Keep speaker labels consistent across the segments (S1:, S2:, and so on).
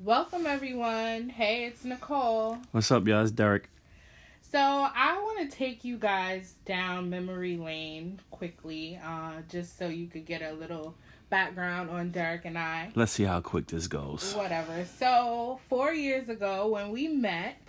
S1: Welcome, everyone. Hey, it's Nicole.
S2: What's up, y'all? It's Derek.
S1: So, I want to take you guys down memory lane quickly, uh, just so you could get a little background on Derek and I.
S2: Let's see how quick this goes.
S1: Whatever. So, four years ago, when we met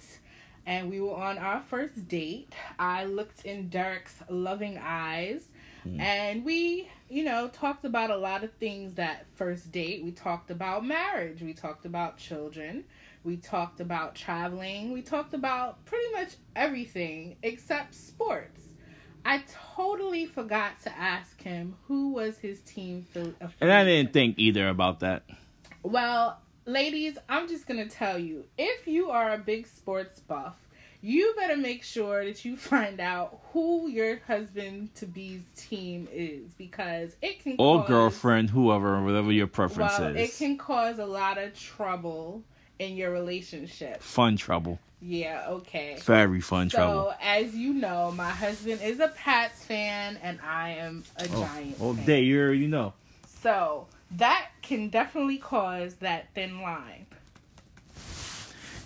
S1: and we were on our first date, I looked in Derek's loving eyes
S2: Hmm.
S1: and we, you know, talked about a lot of things that first date. We talked about marriage, we talked about children, we talked about traveling, we talked about pretty much everything except sports. I totally forgot to ask him who was his team. Phil-
S2: And I didn't think either about that.
S1: well, ladies, I'm just going to tell you if you are a big sports buff, you better make sure that you find out who your husband to be's team is because it can
S2: Or
S1: cause,
S2: girlfriend, whoever, whatever your preference
S1: well, it
S2: is.
S1: can cause a lot of trouble in your relationship.
S2: Fun trouble.
S1: Yeah, okay.
S2: Very fun
S1: so,
S2: trouble.
S1: as you know, my husband is a Pats fan and I am a
S2: Oh,
S1: Giants
S2: oh
S1: fan.
S2: day, you already know.
S1: So, that can definitely cause that thin line.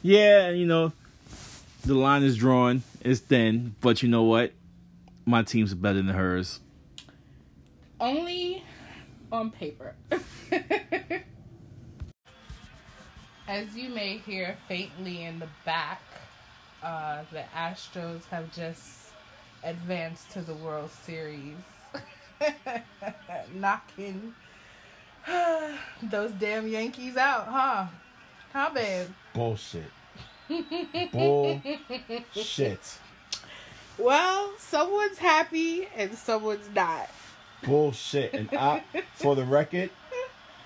S2: Yeah, you know, the line is drawn. It's thin, but you know what? My team's better than hers.
S1: only on paper. As you may hear faintly in the back, uh, the Astros have just advanced to the World Series, knocking those damn Yankees out, huh? Huh, babe?
S3: Bullshit. Bullshit.
S1: Well, someone's happy and someone's not.
S3: Bullshit. And I, for the record,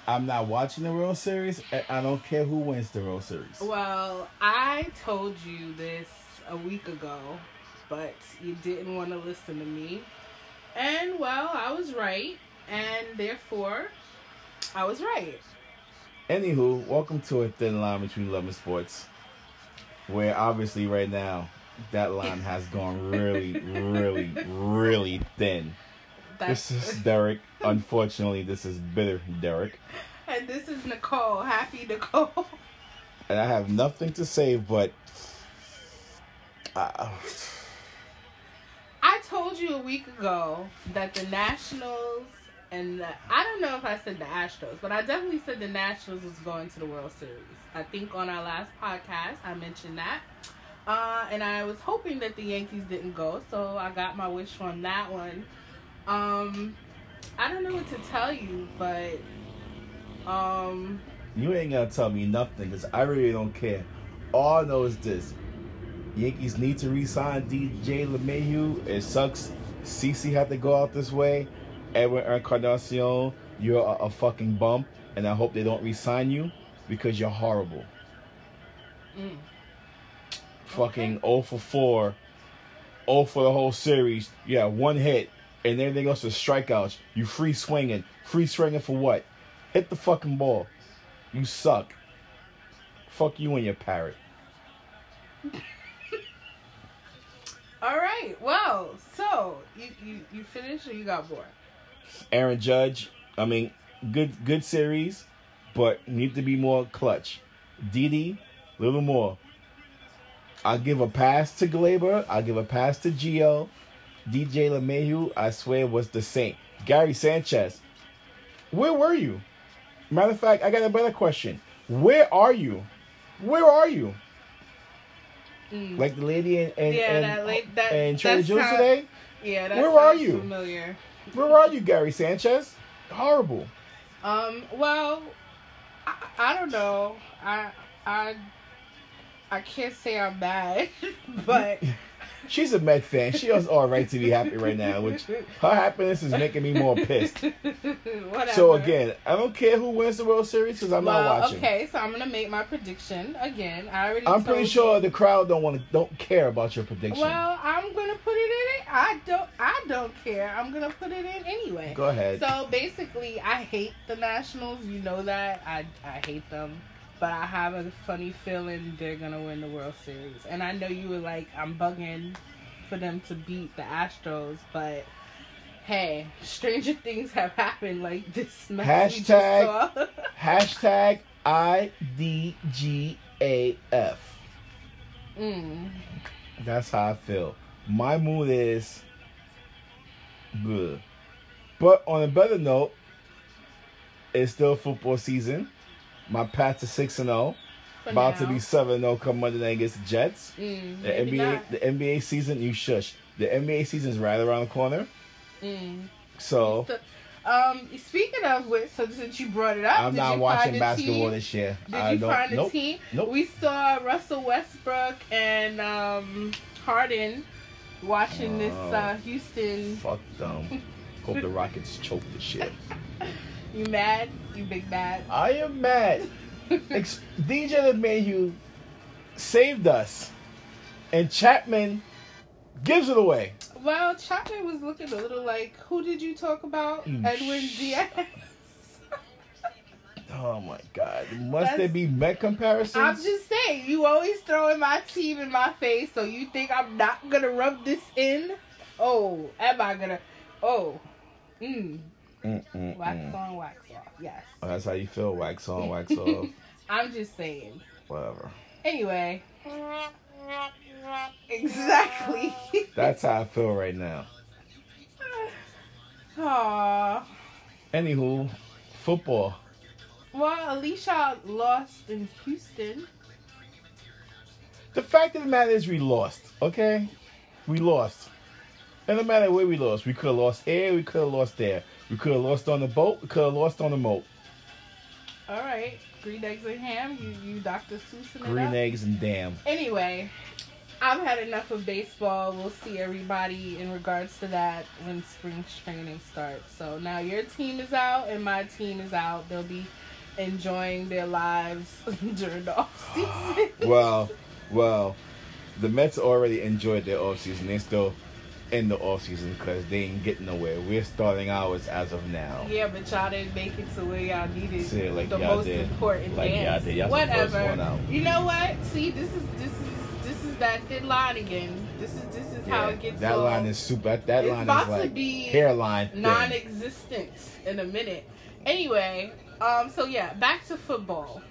S3: I'm not watching the World Series. and I don't care who wins the World Series.
S1: Well, I told you this a week ago, but you didn't want to listen to me. And well, I was right, and therefore, I was right.
S3: Anywho, welcome to a thin line between love and sports, where obviously right now that line has gone really, really, really thin.
S1: That's
S3: This is Derek. Unfortunately, this is bitter Derek,
S1: and this is Nicole. Happy Nicole.
S3: and I have nothing to say but. Uh,
S1: I told you a week ago that the Nationals and the, I don't know if I said the Astros, but I definitely said the Nationals was going to the World Series. I think on our last podcast I mentioned that. Uh, and I was hoping that the Yankees didn't go, so I got my wish on that one. Um, I don't know what to tell you, but um,
S3: You ain't gonna tell me nothing because I really don't care. All I know is this Yankees need to re-sign DJ LeMahieu. It sucks. CC had to go out this way. Edwin Encarnacion, you're a, a fucking bump, and I hope they don't re-sign you because you're horrible.
S1: mm.
S3: Fucking 0 for 4, 0 for the whole series. You have one hit, and everything else is strikeouts. You free swinging, free swinging for what? Hit the fucking ball. You suck. Fuck you and your parrot.
S1: all right. Well, so you you you finished or you got bored?
S3: Aaron Judge. I mean, good good series, but need to be more clutch. Didi, little more. I give a pass to Glaber. I give a pass to Gio. DJ LeMahieu, I swear, was the saint. Gary Sanchez, where were you? Matter of fact, I got a better question. Where are you? Where are you?
S1: Mm.
S3: Like the lady in, in,
S1: Yeah,
S3: in-
S1: that lady- that-
S3: in Trader
S1: that's
S3: Joe's
S1: how-
S3: today?
S1: Yeah, that
S3: Where are
S1: sounds
S3: you?
S1: Familiar.
S3: Where are you, Gary Sanchez? Horrible.
S1: Um. Well, I, I don't know. I I I can't say I'm mad, but
S3: She's a Met fan. She has all right to be happy right now, which her happiness is making me more pissed.
S1: Whatever.
S3: So again, I don't care who wins the World Series because I'm
S1: Well,
S3: not watching.
S1: Okay, so I'm gonna make my prediction again. I already.
S3: I'm pretty
S1: told
S3: sure
S1: you-
S3: the crowd don't want to, don't care about your prediction.
S1: Well, I'm gonna put it in it. I don't. I don't care. I'm gonna put it in anyway.
S3: Go ahead.
S1: So basically, I hate the Nationals. You know that. I, I hate them. But I have a funny feeling they're going to win the World Series. And I know you were like, I'm bugging for them to beat the Astros. But hey, stranger things have happened like this. mess we just
S3: Hashtag-
S1: saw.
S3: Hashtag I D G A F.
S1: Mm.
S3: That's how I feel. My mood is good. But on a better note, it's still football season. My path to 6 and oh. 0,
S1: for
S3: about to
S1: now.
S3: be 7 0 come Monday night against the Jets.
S1: Mm,
S3: The
S1: maybe
S3: NBA
S1: not.
S3: the NBA season, you shush. The NBA season is right around the corner.
S1: Mm.
S3: So
S1: So, um, speaking of which, so since you brought it up,
S3: I'm
S1: did
S3: not
S1: you
S3: watching
S1: find the
S3: basketball
S1: team?
S3: this year.
S1: Did
S3: I
S1: you
S3: don't
S1: find the
S3: nope.
S1: team?
S3: Nope.
S1: We saw Russell Westbrook and um, Harden watching this
S3: Oh.
S1: uh, Houston.
S3: Fuck them. Hope the Rockets choke this year.
S1: You mad? You big mad?
S3: I am mad. Ex- DJ LeMahieu saved us, and Chapman gives it away.
S1: Well, Chapman was looking a little like, who did you talk about?
S3: You
S1: Edwin
S3: sh-
S1: Diaz.
S3: Oh my God! Must
S1: That's-
S3: there be Met comparisons?
S1: I'm just saying, you always throwing my team in my face, so you think I'm not gonna rub this in? Oh, am I gonna? Oh, mm,
S3: Mm, mm,
S1: wax
S3: mm.
S1: on, wax off. Yes,
S3: Oh, that's how you feel. Wax on, wax off.
S1: I'm just saying.
S3: Whatever.
S1: Anyway, exactly.
S3: That's how I feel right now.
S1: Aww.
S3: Anywho, football.
S1: Well, Alicia lost in Houston.
S3: The fact of the matter is, we lost. Okay, we lost. And no matter where we lost, we could have lost here, we could have lost there, we could have lost on the boat, we could have lost on the moat.
S1: All right, green eggs and ham. You, you, Dr. Seuss.
S3: Green eggs and damn.
S1: Anyway, I've had enough of baseball. We'll see everybody in regards to that when spring training starts. So now your team is out and my team is out. They'll be enjoying their lives during the off season.
S3: Well, well, the Mets already enjoyed their offseason. They're still in the offseason because they ain't getting nowhere. We're starting ours as of now.
S1: yeah, but y'all didn't make it to where y'all needed
S3: See, like
S1: the
S3: y'all
S1: most
S3: did.
S1: important
S3: Like y'all
S1: dance.
S3: did. Y'all was the first
S1: Whatever.
S3: one out.
S1: You know what? See, this is this is this is that dead line again. This is this is how
S3: Yeah,
S1: it gets.
S3: that
S1: all
S3: line is super. That, that
S1: It's
S3: line
S1: about
S3: is
S1: to
S3: like
S1: be
S3: hairline. thin.
S1: non-existent in a minute. Anyway, um, so yeah, back to football.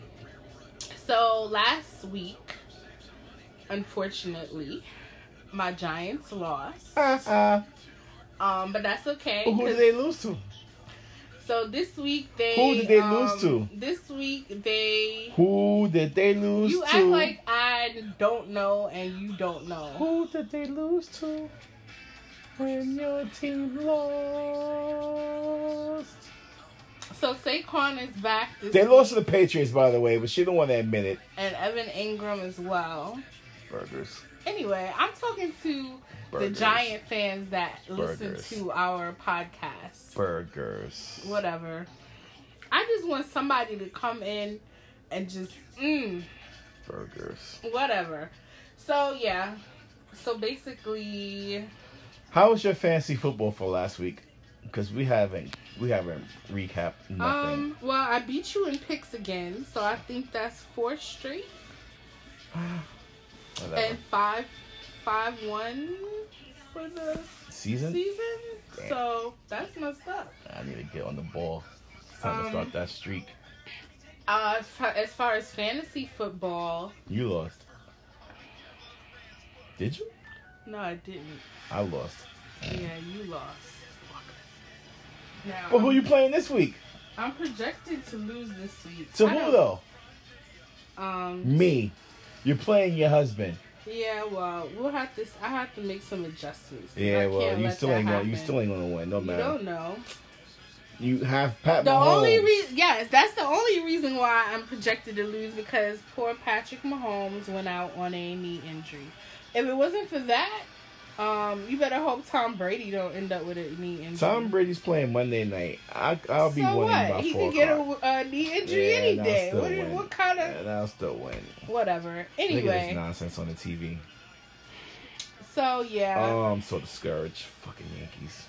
S1: So last week, unfortunately, my Giants lost.
S3: Uh-uh.
S1: Um, but that's okay.
S3: Who
S1: 'cause-
S3: did they lose to?
S1: so this week they
S3: Who did they
S1: um,
S3: lose to?
S1: This week they.
S3: Who did they lose
S1: You
S3: to?
S1: act like I don't know and you don't know.
S3: Who did they lose to when your team lost?
S1: So Saquon is back. This
S3: They
S1: week,
S3: lost to the Patriots, by the way, but she don't want to admit it.
S1: and Evan Ingram as well.
S3: Burgers.
S1: Anyway, I'm talking to
S3: Burgers.
S1: the giant fans that
S3: Burgers.
S1: listen to our podcast.
S3: Burgers.
S1: Whatever. I just want somebody to come in and just mm,
S3: Burgers.
S1: whatever. So yeah. So basically,
S3: How was your fantasy football for last week? Because we haven't we haven't recapped nothing.
S1: um, well, I beat you in picks again, so I think that's four straight
S3: Whatever.
S1: Um, and five, five one for the
S3: Season?
S1: season.
S3: Damn.
S1: So that's messed up.
S3: I need to get on the ball. It's time to
S1: Um,
S3: start that streak.
S1: Uh, as far- as far as fantasy football,
S3: You lost. Did you?
S1: no, I didn't.
S3: I lost.
S1: Yeah, you lost. Now,
S3: But who you playing this week?
S1: I'm projected to lose this week.
S3: To
S1: I
S3: who
S1: don't-
S3: though?
S1: Um.
S3: Me. You're playing your husband.
S1: Yeah. Well, we'll have to. I have to make some adjustments. 'cause I
S3: Yeah, well,
S1: can't
S3: you
S1: let
S3: still
S1: that
S3: ain't gonna you
S1: happen.
S3: still ain't gonna win. No
S1: You
S3: matter.
S1: don't know.
S3: You, have Pat
S1: The
S3: Mahomes.
S1: only reason, yes, that's the only reason why I'm projected to lose because poor Patrick Mahomes went out on a knee injury. If it wasn't for that, um, you better hope Tom Brady don't end up with a knee injury.
S3: Tom Brady's playing Monday night. I, I'll be
S1: so
S3: winning
S1: what?
S3: by
S1: He
S3: four
S1: could get
S3: o'clock.
S1: a, a knee injury
S3: Yeah,
S1: any
S3: and I'll
S1: day.
S3: still
S1: What,
S3: win.
S1: what kind of
S3: And I'll still win.
S1: whatever.
S3: Look at this
S1: Anyway,
S3: nonsense on the TV.
S1: so yeah,
S3: Oh, I'm so discouraged. Fucking Yankees.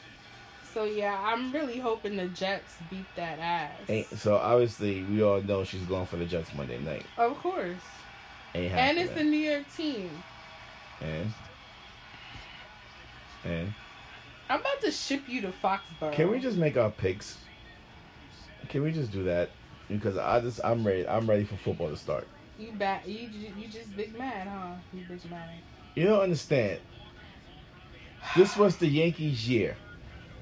S1: so yeah, I'm really hoping the Jets beat that ass.
S3: Ain't, so obviously, we all know she's going for the Jets Monday night.
S1: Of course,
S3: Ain't
S1: and it's a
S3: happening.
S1: New York team.
S3: and and
S1: I'm about to ship you to Foxborough.
S3: can we just make our picks? Can we just do that? because I just I'm ready. I'm ready for football to start.
S1: You back? You ju- you just big mad, huh? You big mad.
S3: You don't understand. This was the Yankees' year.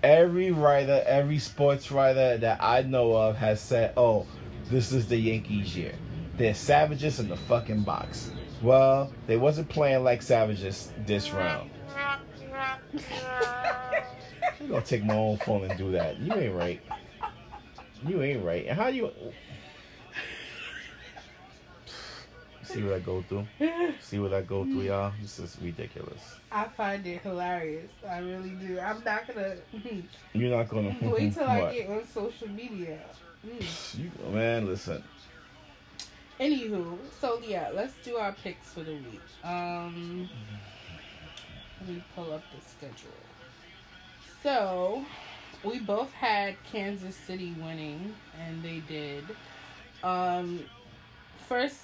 S3: Every writer, every sports writer that I know of has said, "Oh, this is the Yankees' year. They're savages in the fucking box." Well, they wasn't playing like savages this round. I'm gonna take my own phone and do that. You ain't right. You ain't right. And how you see what I go through? See what I go through, y'all? This is ridiculous.
S1: I find it hilarious. I really do. I'm not gonna
S3: You're not gonna
S1: wait till I
S3: What?
S1: get on social media. Mm.
S3: You, man, listen.
S1: Anywho, so yeah, let's do our picks for the week. Um, let me pull up the schedule. So, we both had Kansas City winning, and they did. Um, first,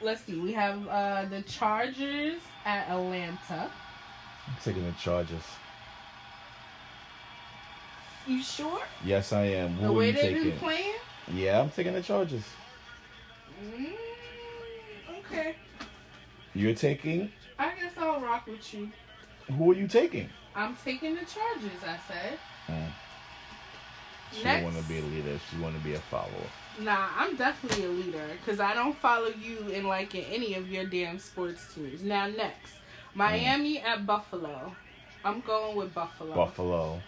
S1: let's see. We have uh the Chargers at Atlanta.
S3: I'm taking the Chargers.
S1: You sure?
S3: Yes, I am.
S1: the
S3: Who are
S1: way
S3: you
S1: they've been
S3: taking?
S1: playing.
S3: Yeah, I'm taking the Chargers.
S1: Mm, okay,
S3: You're taking.
S1: I guess I'll rock with you.
S3: Who are you taking?
S1: I'm taking the Chargers. I said.
S3: Mm. She
S1: Next.
S3: want to be a leader. She want to be a follower.
S1: Nah, I'm definitely a leader because I don't follow you in liking any of your damn sports teams. Now next, Miami at Buffalo. I'm going with Buffalo.
S3: Buffalo.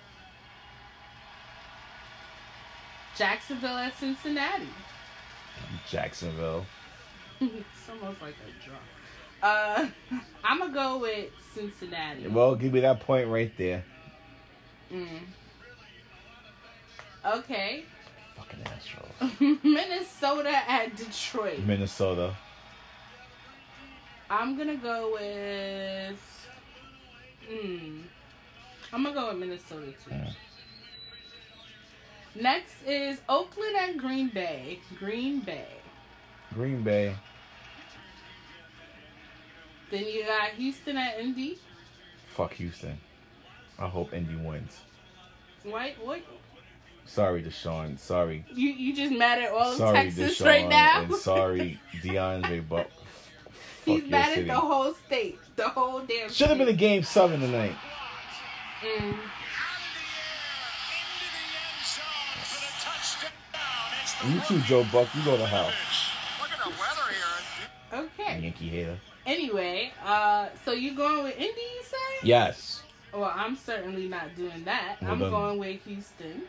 S1: Jacksonville at Cincinnati.
S3: Jacksonville.
S1: it's almost like a drunk. Uh, I'm gonna go with Cincinnati.
S3: Well, give me that point right there.
S1: Mm. Okay,
S3: Fucking assholes.
S1: Minnesota at Detroit.
S3: Minnesota.
S1: I'm gonna go with. Mm, I'm gonna go with Minnesota too.
S3: Yeah.
S1: Next is Oakland and Green Bay. Green Bay.
S3: Green Bay.
S1: Then you got Houston at Indy.
S3: Fuck Houston. I hope Indy wins.
S1: What? What?
S3: Sorry, Deshaun. Sorry.
S1: You you just mad at all of
S3: Sorry,
S1: Oh, Texas
S3: Deshaun.
S1: right now?
S3: And sorry, DeAndre. But
S1: He's
S3: fuck your
S1: mad at
S3: city.
S1: the whole state, the whole damn.
S3: Should have been a
S1: state.
S3: game seven tonight.
S1: Mm.
S3: You too, Joe Buck. You go to hell.
S4: Look at the weather here.
S1: Okay.
S3: Yankee hater.
S1: Anyway, uh, so you going with Indy? You say?
S3: Yes.
S1: Well, I'm certainly not doing that.
S3: Well,
S1: I'm
S3: then-
S1: going with Houston.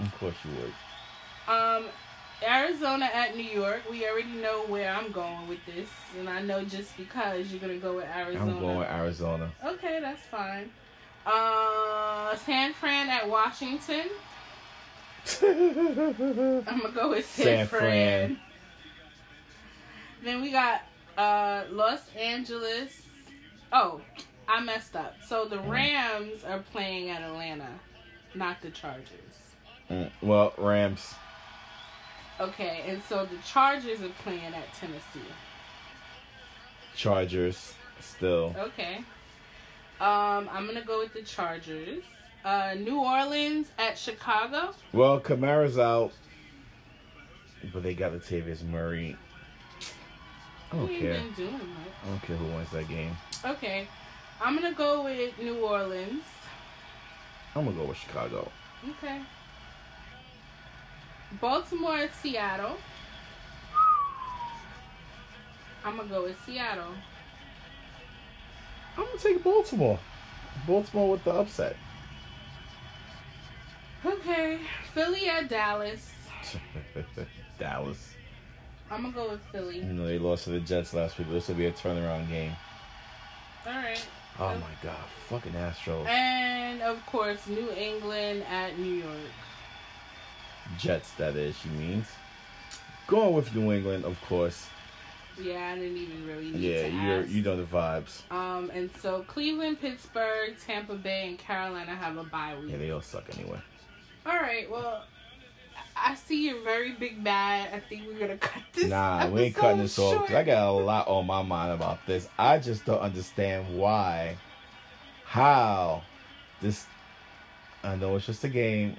S3: Of course you would.
S1: Um, Arizona at New York. We already know where I'm going with this, and I know just because you're gonna go with Arizona.
S3: I'm going with Arizona.
S1: Okay, that's fine. Uh, San Fran at Washington. I'm gonna go with San,
S3: San
S1: Fran.
S3: Fran.
S1: Then we got uh Los Angeles. Oh, I messed up. So the Rams are playing at Atlanta, not the Chargers.
S3: Mm, well, Rams.
S1: Okay, and so the Chargers are playing at Tennessee.
S3: Chargers. Still.
S1: Okay. Um, I'm gonna go with the Chargers. Uh, New Orleans at Chicago.
S3: Well, Kamara's out. But they got Latavius Murray. I
S1: We
S3: don't
S1: ain't
S3: care.
S1: been doing much.
S3: I don't care who wins that game.
S1: Okay, I'm gonna go with New Orleans.
S3: I'm going to go with Chicago.
S1: Okay. Baltimore at Seattle. I'm gonna go with Seattle.
S3: I'm going to take Baltimore. Baltimore with the upset.
S1: Okay, Philly at Dallas.
S3: Dallas.
S1: I'm gonna go with
S3: You
S1: Philly.
S3: know, they lost to the Jets last week. but This will be a turnaround game.
S1: All right.
S3: Oh my God. Fucking Astros.
S1: And of course, New England at New York.
S3: Jets, that is, she means. Going with New England, of course.
S1: Yeah, I didn't even really need
S3: Yeah,
S1: to
S3: you're,
S1: ask.
S3: you know the vibes.
S1: Um, and so Cleveland, Pittsburgh, Tampa Bay, and Carolina have a bye week.
S3: Yeah, they all suck anyway.
S1: All right, well, I I see you're very big bad. I think we're gonna cut this.
S3: Nah, we ain't
S1: episode
S3: cutting this off
S1: short.
S3: because I got a lot on my mind about this. I just don't understand why, how this. I know it's just a game.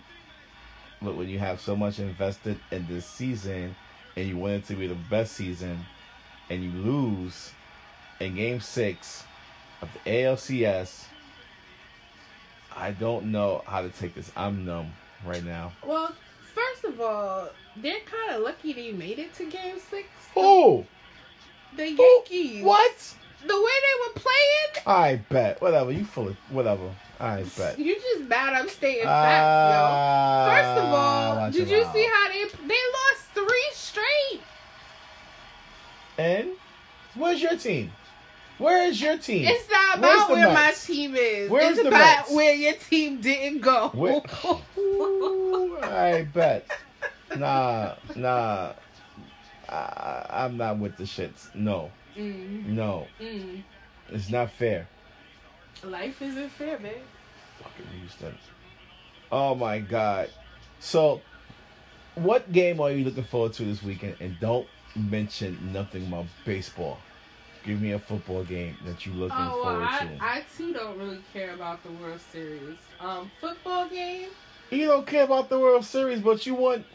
S3: But when you have so much invested in this season and you want it to be the best season and you lose in game six of the ALCS, I don't know how to take this. I'm numb right now.
S1: Well, first of all, they're kind of lucky they made it to Game Six.
S3: Oh,
S1: The Yankees.
S3: What?
S1: The way they were playing.
S3: I bet. Whatever. You full of whatever. I bet. Ah,
S1: You just mad I'm stating facts, yo. First of all,
S3: watch
S1: did
S3: him
S1: you
S3: out.
S1: see how they they lost three straight?
S3: And where's your team? Where is your team?
S1: It's not
S3: Where's
S1: about
S3: the
S1: where my
S3: Mets?
S1: team is.
S3: Where's
S1: it's
S3: the
S1: about
S3: Mets?
S1: where your team didn't go.
S3: Where- Ooh, I bet. Nah, nah. I, I'm not with the shits. No,
S1: Mm,
S3: no.
S1: mm.
S3: It's not fair.
S1: Life isn't fair, babe.
S3: Fucking Houston. Oh my god. So, what game are you looking forward to this weekend? And don't mention nothing about baseball. Give me a football game that you're looking
S1: Oh well,
S3: forward
S1: I,
S3: to.
S1: I too don't really care about the World Series. Um, football game.
S3: you don't care about the World Series, but you want,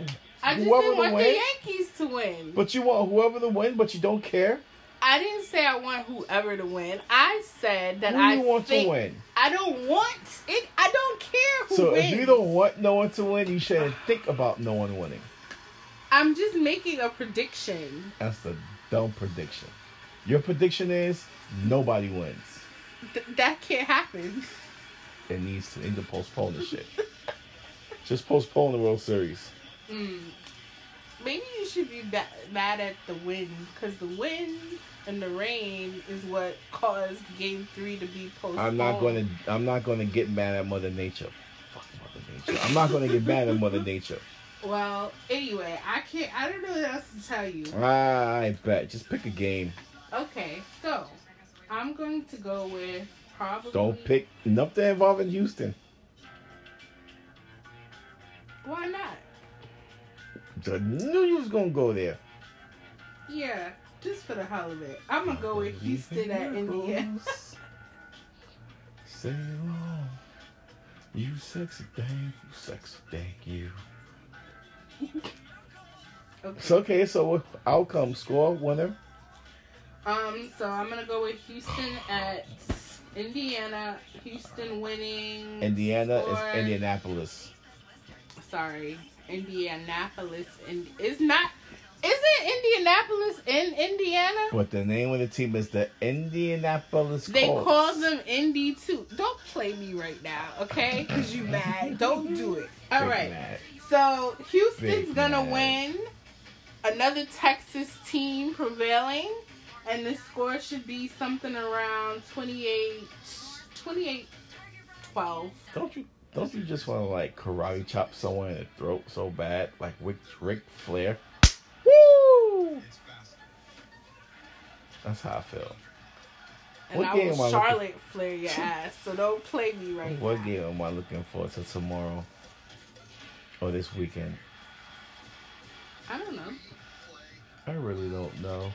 S1: I just
S3: Whoever
S1: didn't
S3: the
S1: want
S3: win-
S1: the Yankees to win.
S3: but you want whoever to win, but you don't care.
S1: I didn't say I want whoever to win. I said that
S3: Who
S1: I
S3: you want
S1: think-
S3: to win?
S1: I don't want it. I don't care who
S3: So
S1: wins.
S3: if you don't want no one to win, you shouldn't think about no one winning.
S1: I'm just making a prediction.
S3: That's the dumb prediction. Your prediction is nobody wins.
S1: Th- that can't happen.
S3: It needs to need to postpone this shit. Just postpone the World Series.
S1: Mm. Maybe you should be ba- mad at the wind because the wind and the rain is what caused Game Three to be postponed.
S3: I'm not gonna I'm not gonna get mad at Mother Nature. Fuck Mother Nature. I'm not gonna get mad at Mother Nature.
S1: Well, anyway, I can't. I don't know what else to tell you.
S3: I bet. Just pick a game.
S1: Okay, so I'm going to go with probably.
S3: Don't pick nothing involving Houston.
S1: Why not?
S3: I knew you was gonna go there.
S1: Yeah, just for the hell of it, I'm gonna go with Houston at Indiana.
S3: Say it all. You sexy thing, you sexy thing, you. It's
S1: Okay.
S3: okay, so what outcome, score, winner.
S1: Um, so I'm gonna go with Houston at Indiana. Houston winning.
S3: Indiana is
S1: score-
S3: Indianapolis.
S1: Sorry, Indianapolis, and is not. Is it Indianapolis in Indiana?
S3: But the name of the team is the Indianapolis
S1: They
S3: Colts.
S1: call them Indy too. Don't play me right now, okay? Because you mad. Don't do it. All
S3: Big
S1: right.
S3: Mac.
S1: So Houston's
S3: Big
S1: gonna
S3: man.
S1: win. Another Texas team prevailing, and the score should be something around 28, 28 12.
S3: Don't you don't you just want to like karate chop someone in the throat so bad, like Rick Ric Flair? Woo! That's how I feel.
S1: And
S3: What
S1: I
S3: game am I
S1: will
S3: looking-
S1: Charlotte flare your ass. So don't play me right
S3: What
S1: now.
S3: game am I looking forward to tomorrow or this weekend?
S1: I don't know.
S3: I really don't know.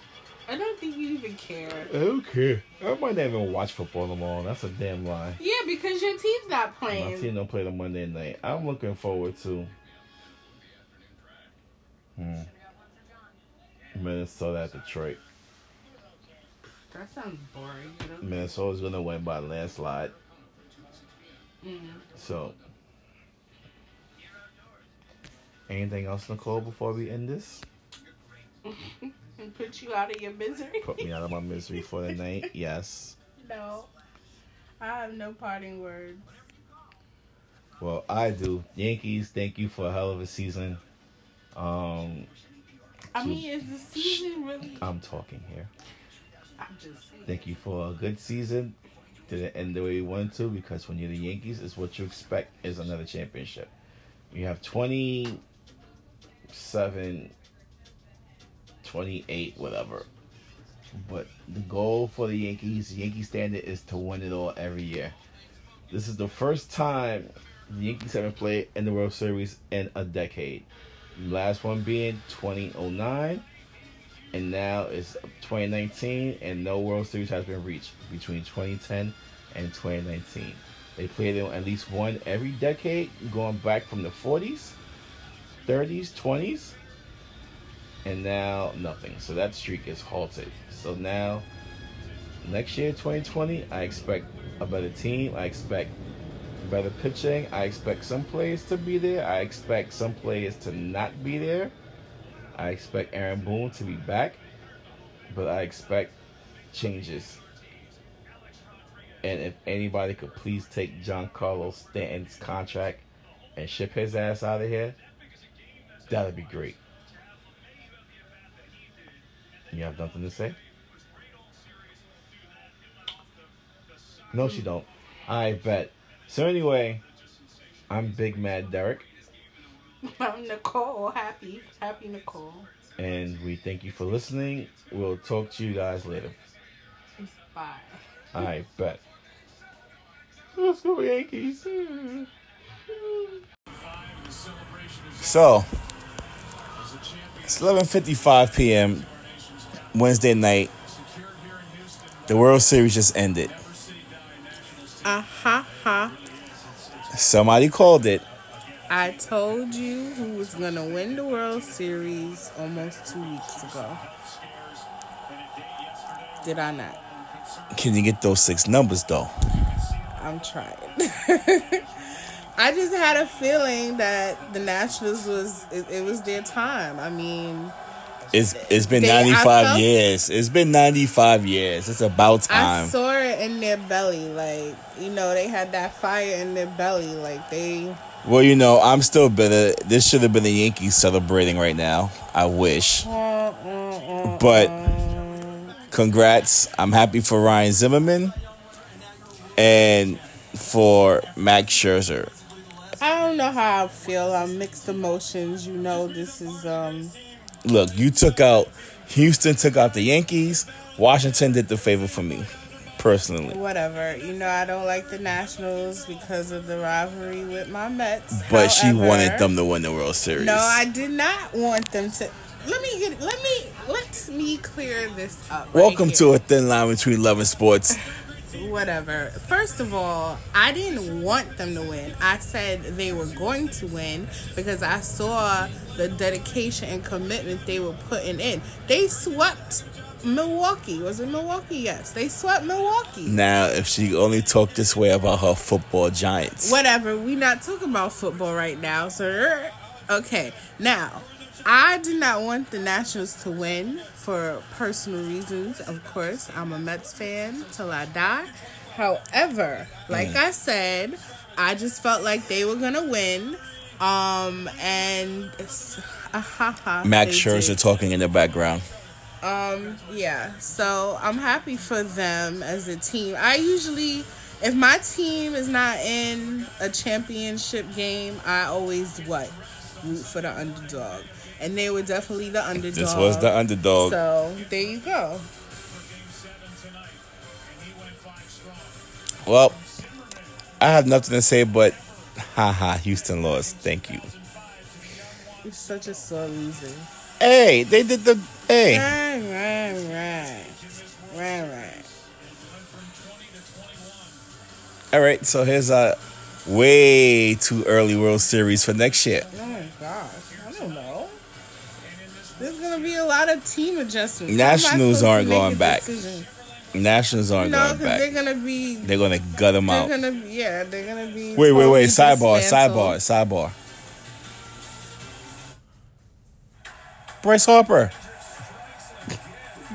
S1: I don't think you even care.
S3: Okay. I might not even watch football tomorrow. That's a damn lie.
S1: Yeah, because your team's not
S3: My
S1: playing.
S3: team don't play on Monday night. I'm looking forward to hmm, Minnesota at Detroit.
S1: That sounds boring. I don't-
S3: Minnesota's gonna win by a landslide.
S1: Mm.
S3: So, anything else, Nicole? Before we end this,
S1: And put you out of your misery.
S3: put me out of my misery for the night. Yes.
S1: No. I have no parting words.
S3: Well, I do. Yankees, thank you for a hell of a season. Um,
S1: I
S3: So-
S1: mean, is the season really?
S3: I'm talking here.
S1: I'm just saying.
S3: Um, Thank you for a good season. Didn't end the way we wanted to because when you're the Yankees, it's what you expect is another championship. You have 27, 28, whatever. But the goal for the Yankees, the Yankee standard, is to win it all every year. This is the first time the Yankees haven't played in the World Series in a decade. Last one being 2009 and now it's 2019 and no world series has been reached between 2010 and 2019 they played in at least one every decade going back from the 40s 30s, 20s, and now nothing. So that streak is halted. So now, next year, 2020, I expect a better team. I expect better pitching. I expect some players to be there. I expect some players to not be there. I expect Aaron Boone to be back, but I expect changes. And if anybody could please take John Carlos Stanton's contract and ship his ass out of here, that'd be great. You have nothing to say? No, she don't. I bet. So anyway, I'm Big Mad Derek,
S1: I'm Nicole. Happy. Happy Nicole.
S3: and we thank you for listening. We'll talk to you guys later.
S1: Bye.
S3: I bet. Let's go Yankees. So it's 11:55 p.m. Wednesday night. The World Series just ended.
S1: Uh huh. Huh.
S3: Somebody called it.
S1: I told you who was gonna win the World Series almost two weeks ago. Did I not?
S3: Can you get those six numbers though?
S1: I'm trying. I just had a feeling that the Nationals was it, it was their time. I mean,
S3: It's it's been
S1: They- I
S3: 95
S1: felt-
S3: years. It's been 95 years. It's about
S1: I
S3: time.
S1: saw it in their belly, like you know, they had that fire in their belly, like they.
S3: well, you know, I'm still bitter. This should have been the Yankees celebrating right now. I wish. But congrats. I'm happy for Ryan Zimmerman and for Max Scherzer.
S1: I don't know how I feel. I'm mixed emotions. You know, this is um.
S3: Look, you took out Houston took out the Yankees. Washington did the favor for me personally.
S1: whatever. You know, I don't like the Nationals because of the rivalry with my Mets.
S3: But she
S1: However-
S3: wanted them to win the World Series.
S1: No, I did not want them to. Let me get. Let me. Let me clear this up. right
S3: Welcome to
S1: here.
S3: a thin line between love and sports.
S1: Whatever. First of all, I didn't want them to win. I said they were going to win because I saw the dedication and commitment they were putting in. They swept Milwaukee. Was it Milwaukee? Yes, they swept Milwaukee.
S3: Now, if she only talked this way about her football giants,
S1: whatever. We not talking about football right now, sir. Okay, now I do not want the Nationals to win for personal reasons. Of course, I'm a Mets fan till I die. However,
S3: Mm.
S1: like I said, I just felt like they were gonna win. Um and uh, ha, ha,
S3: Max
S1: they
S3: Scherzer
S1: did.
S3: talking in the background.
S1: Um, yeah. So I'm happy for them as a team. I usually, if my team is not in a championship game, I always what root for the underdog, and they were definitely the underdog.
S3: This was the underdog.
S1: So there you go.
S3: Well, I have nothing to say but, haha, Houston lost. Thank you.
S1: You're such a sore loser.
S3: Hey, they did the. Hey,
S1: Right, right, right, right, right.
S3: all right. So here's a way too early World Series for next year.
S1: Oh my gosh, I don't know. There's gonna be a lot of team adjustments. How am I
S3: Nationals
S1: supposed to
S3: aren't
S1: make a
S3: going back.
S1: decision?
S3: Nationals aren't
S1: No,
S3: going
S1: because they're
S3: back.
S1: gonna be. They're
S3: They're gonna gut them out.
S1: gonna be. Yeah, they're gonna be.
S3: Wait, wait,
S1: totally
S3: wait. Sidebar, sidebar,
S1: dismantled.
S3: sidebar. Bryce Harper,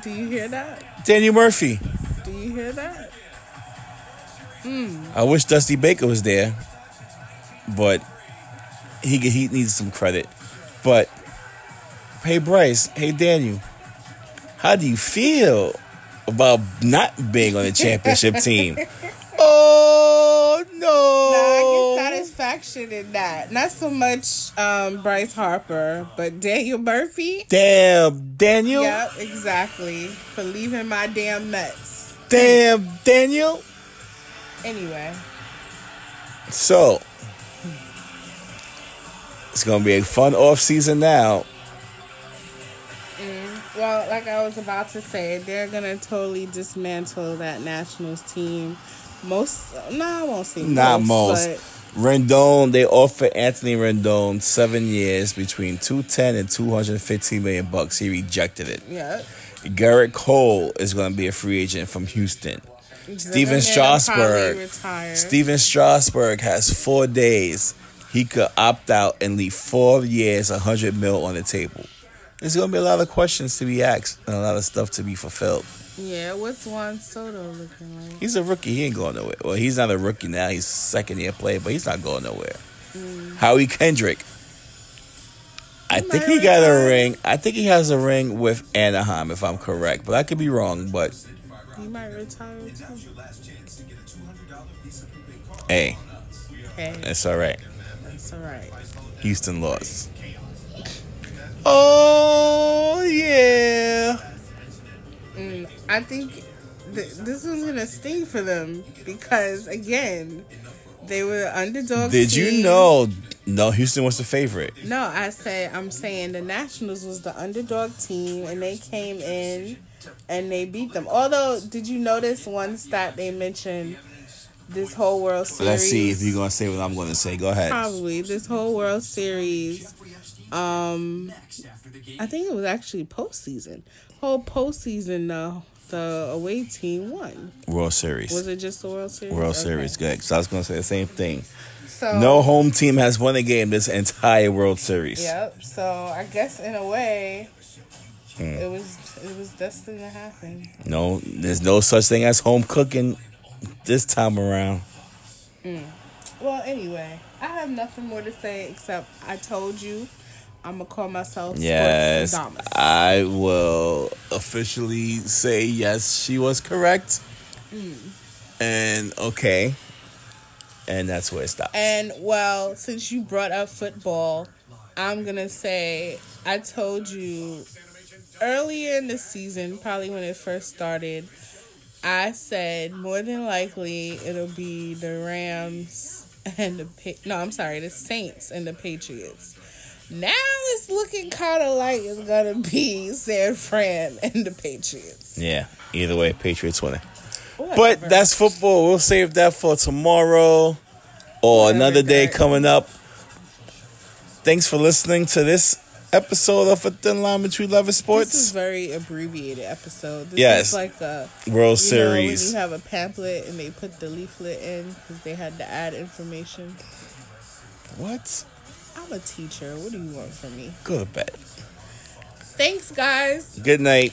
S1: Do you hear that?
S3: Danny Murphy.
S1: Do you hear that?
S3: I wish Dusty Baker was there, but he he needs some credit. But hey, Bryce, hey Daniel, how do you feel about not being on the championship team? Oh
S1: No, I get
S3: no!
S1: satisfaction in that. Not so much um, Bryce Harper, but Daniel Murphy.
S3: Damn, Daniel!
S1: Yep, exactly. For leaving my damn Mets.
S3: Damn, Daniel!
S1: Anyway,
S3: So it's gonna be a fun off season now.
S1: well, like I was about to say, they're gonna totally dismantle that Nationals team. Most, no, I won't say
S3: Not most.
S1: but
S3: Rendon, they offered Anthony Rendon seven years between 210 and 215 million bucks. He rejected it.
S1: Yeah.
S3: Garrett Cole is going to be a free agent from Houston. Steven
S1: And then I'm probably
S3: Strasburg.
S1: retired.
S3: Steven Strasburg has four days. He could opt out and leave four years, 100 mil on the table. There's going to be a lot of questions to be asked and a lot of stuff to be fulfilled.
S1: Yeah, what's Juan Soto looking like?
S3: He's a rookie. He ain't going nowhere. Well, he's not a rookie now. He's second year player, but he's not going nowhere. Howie Kendrick. I
S1: Mm. He
S3: think
S1: might
S3: he got a
S1: retire.
S3: ring. I think he has a ring with Anaheim, if I'm correct, but I could be wrong. But
S1: He might retire too.
S3: hey,
S1: Okay,
S3: it's all right.
S1: that's all right.
S3: Houston lost. Oh yeah.
S1: Mm, I think th- this was gonna sting for them because again, they were the underdog.
S3: Did you
S1: team.
S3: know? No, Houston was the favorite.
S1: No, I said I'm saying the Nationals was the underdog team and they came in and they beat them. Although, did you notice one stat they mentioned? This whole World Series.
S3: Let's see if you're gonna say what I'm gonna say. Go ahead.
S1: probably this whole World Series. Um, I think it was actually postseason. Whole postseason, the the away team won.
S3: World Series.
S1: Was it just the World Series?
S3: World
S1: Okay.
S3: Series. Good. So I was gonna say the same thing.
S1: So
S3: No home team has won a game this entire World Series.
S1: Yep. So I guess in a way,
S3: Mm.
S1: it was it was destined to happen.
S3: No, there's no such thing as home cooking this time around.
S1: Well, anyway, I have nothing more to say except I told you. I'm gonna call myself
S3: Yes,
S1: Sports Adamas.
S3: I will officially say yes, she was correct. And okay, and that's where it stops.
S1: And well, since you brought up football, I'm gonna say I told you earlier in the season, probably when it first started, I said more than likely it'll be the Rams and the pa- no, I'm sorry, the Saints and the Patriots. Now it's looking kind of like it's gonna be San Fran and the Patriots.
S3: yeah, either way, Patriots winning. But
S1: Whatever.
S3: that's football. We'll save that for tomorrow or
S1: Whatever,
S3: another day
S1: Derek.
S3: coming up. Thanks for listening to this episode of A Thin Line Between Love and
S1: this is
S3: Sports
S1: very abbreviated episode. This
S3: Yes.
S1: is like a
S3: World
S1: You know, when
S3: Series.
S1: you have a pamphlet and they put the leaflet in because they had to add information.
S3: what?
S1: I'm a teacher. What do you want from me?
S3: Go to bed.
S1: Thanks, guys.
S3: Good night.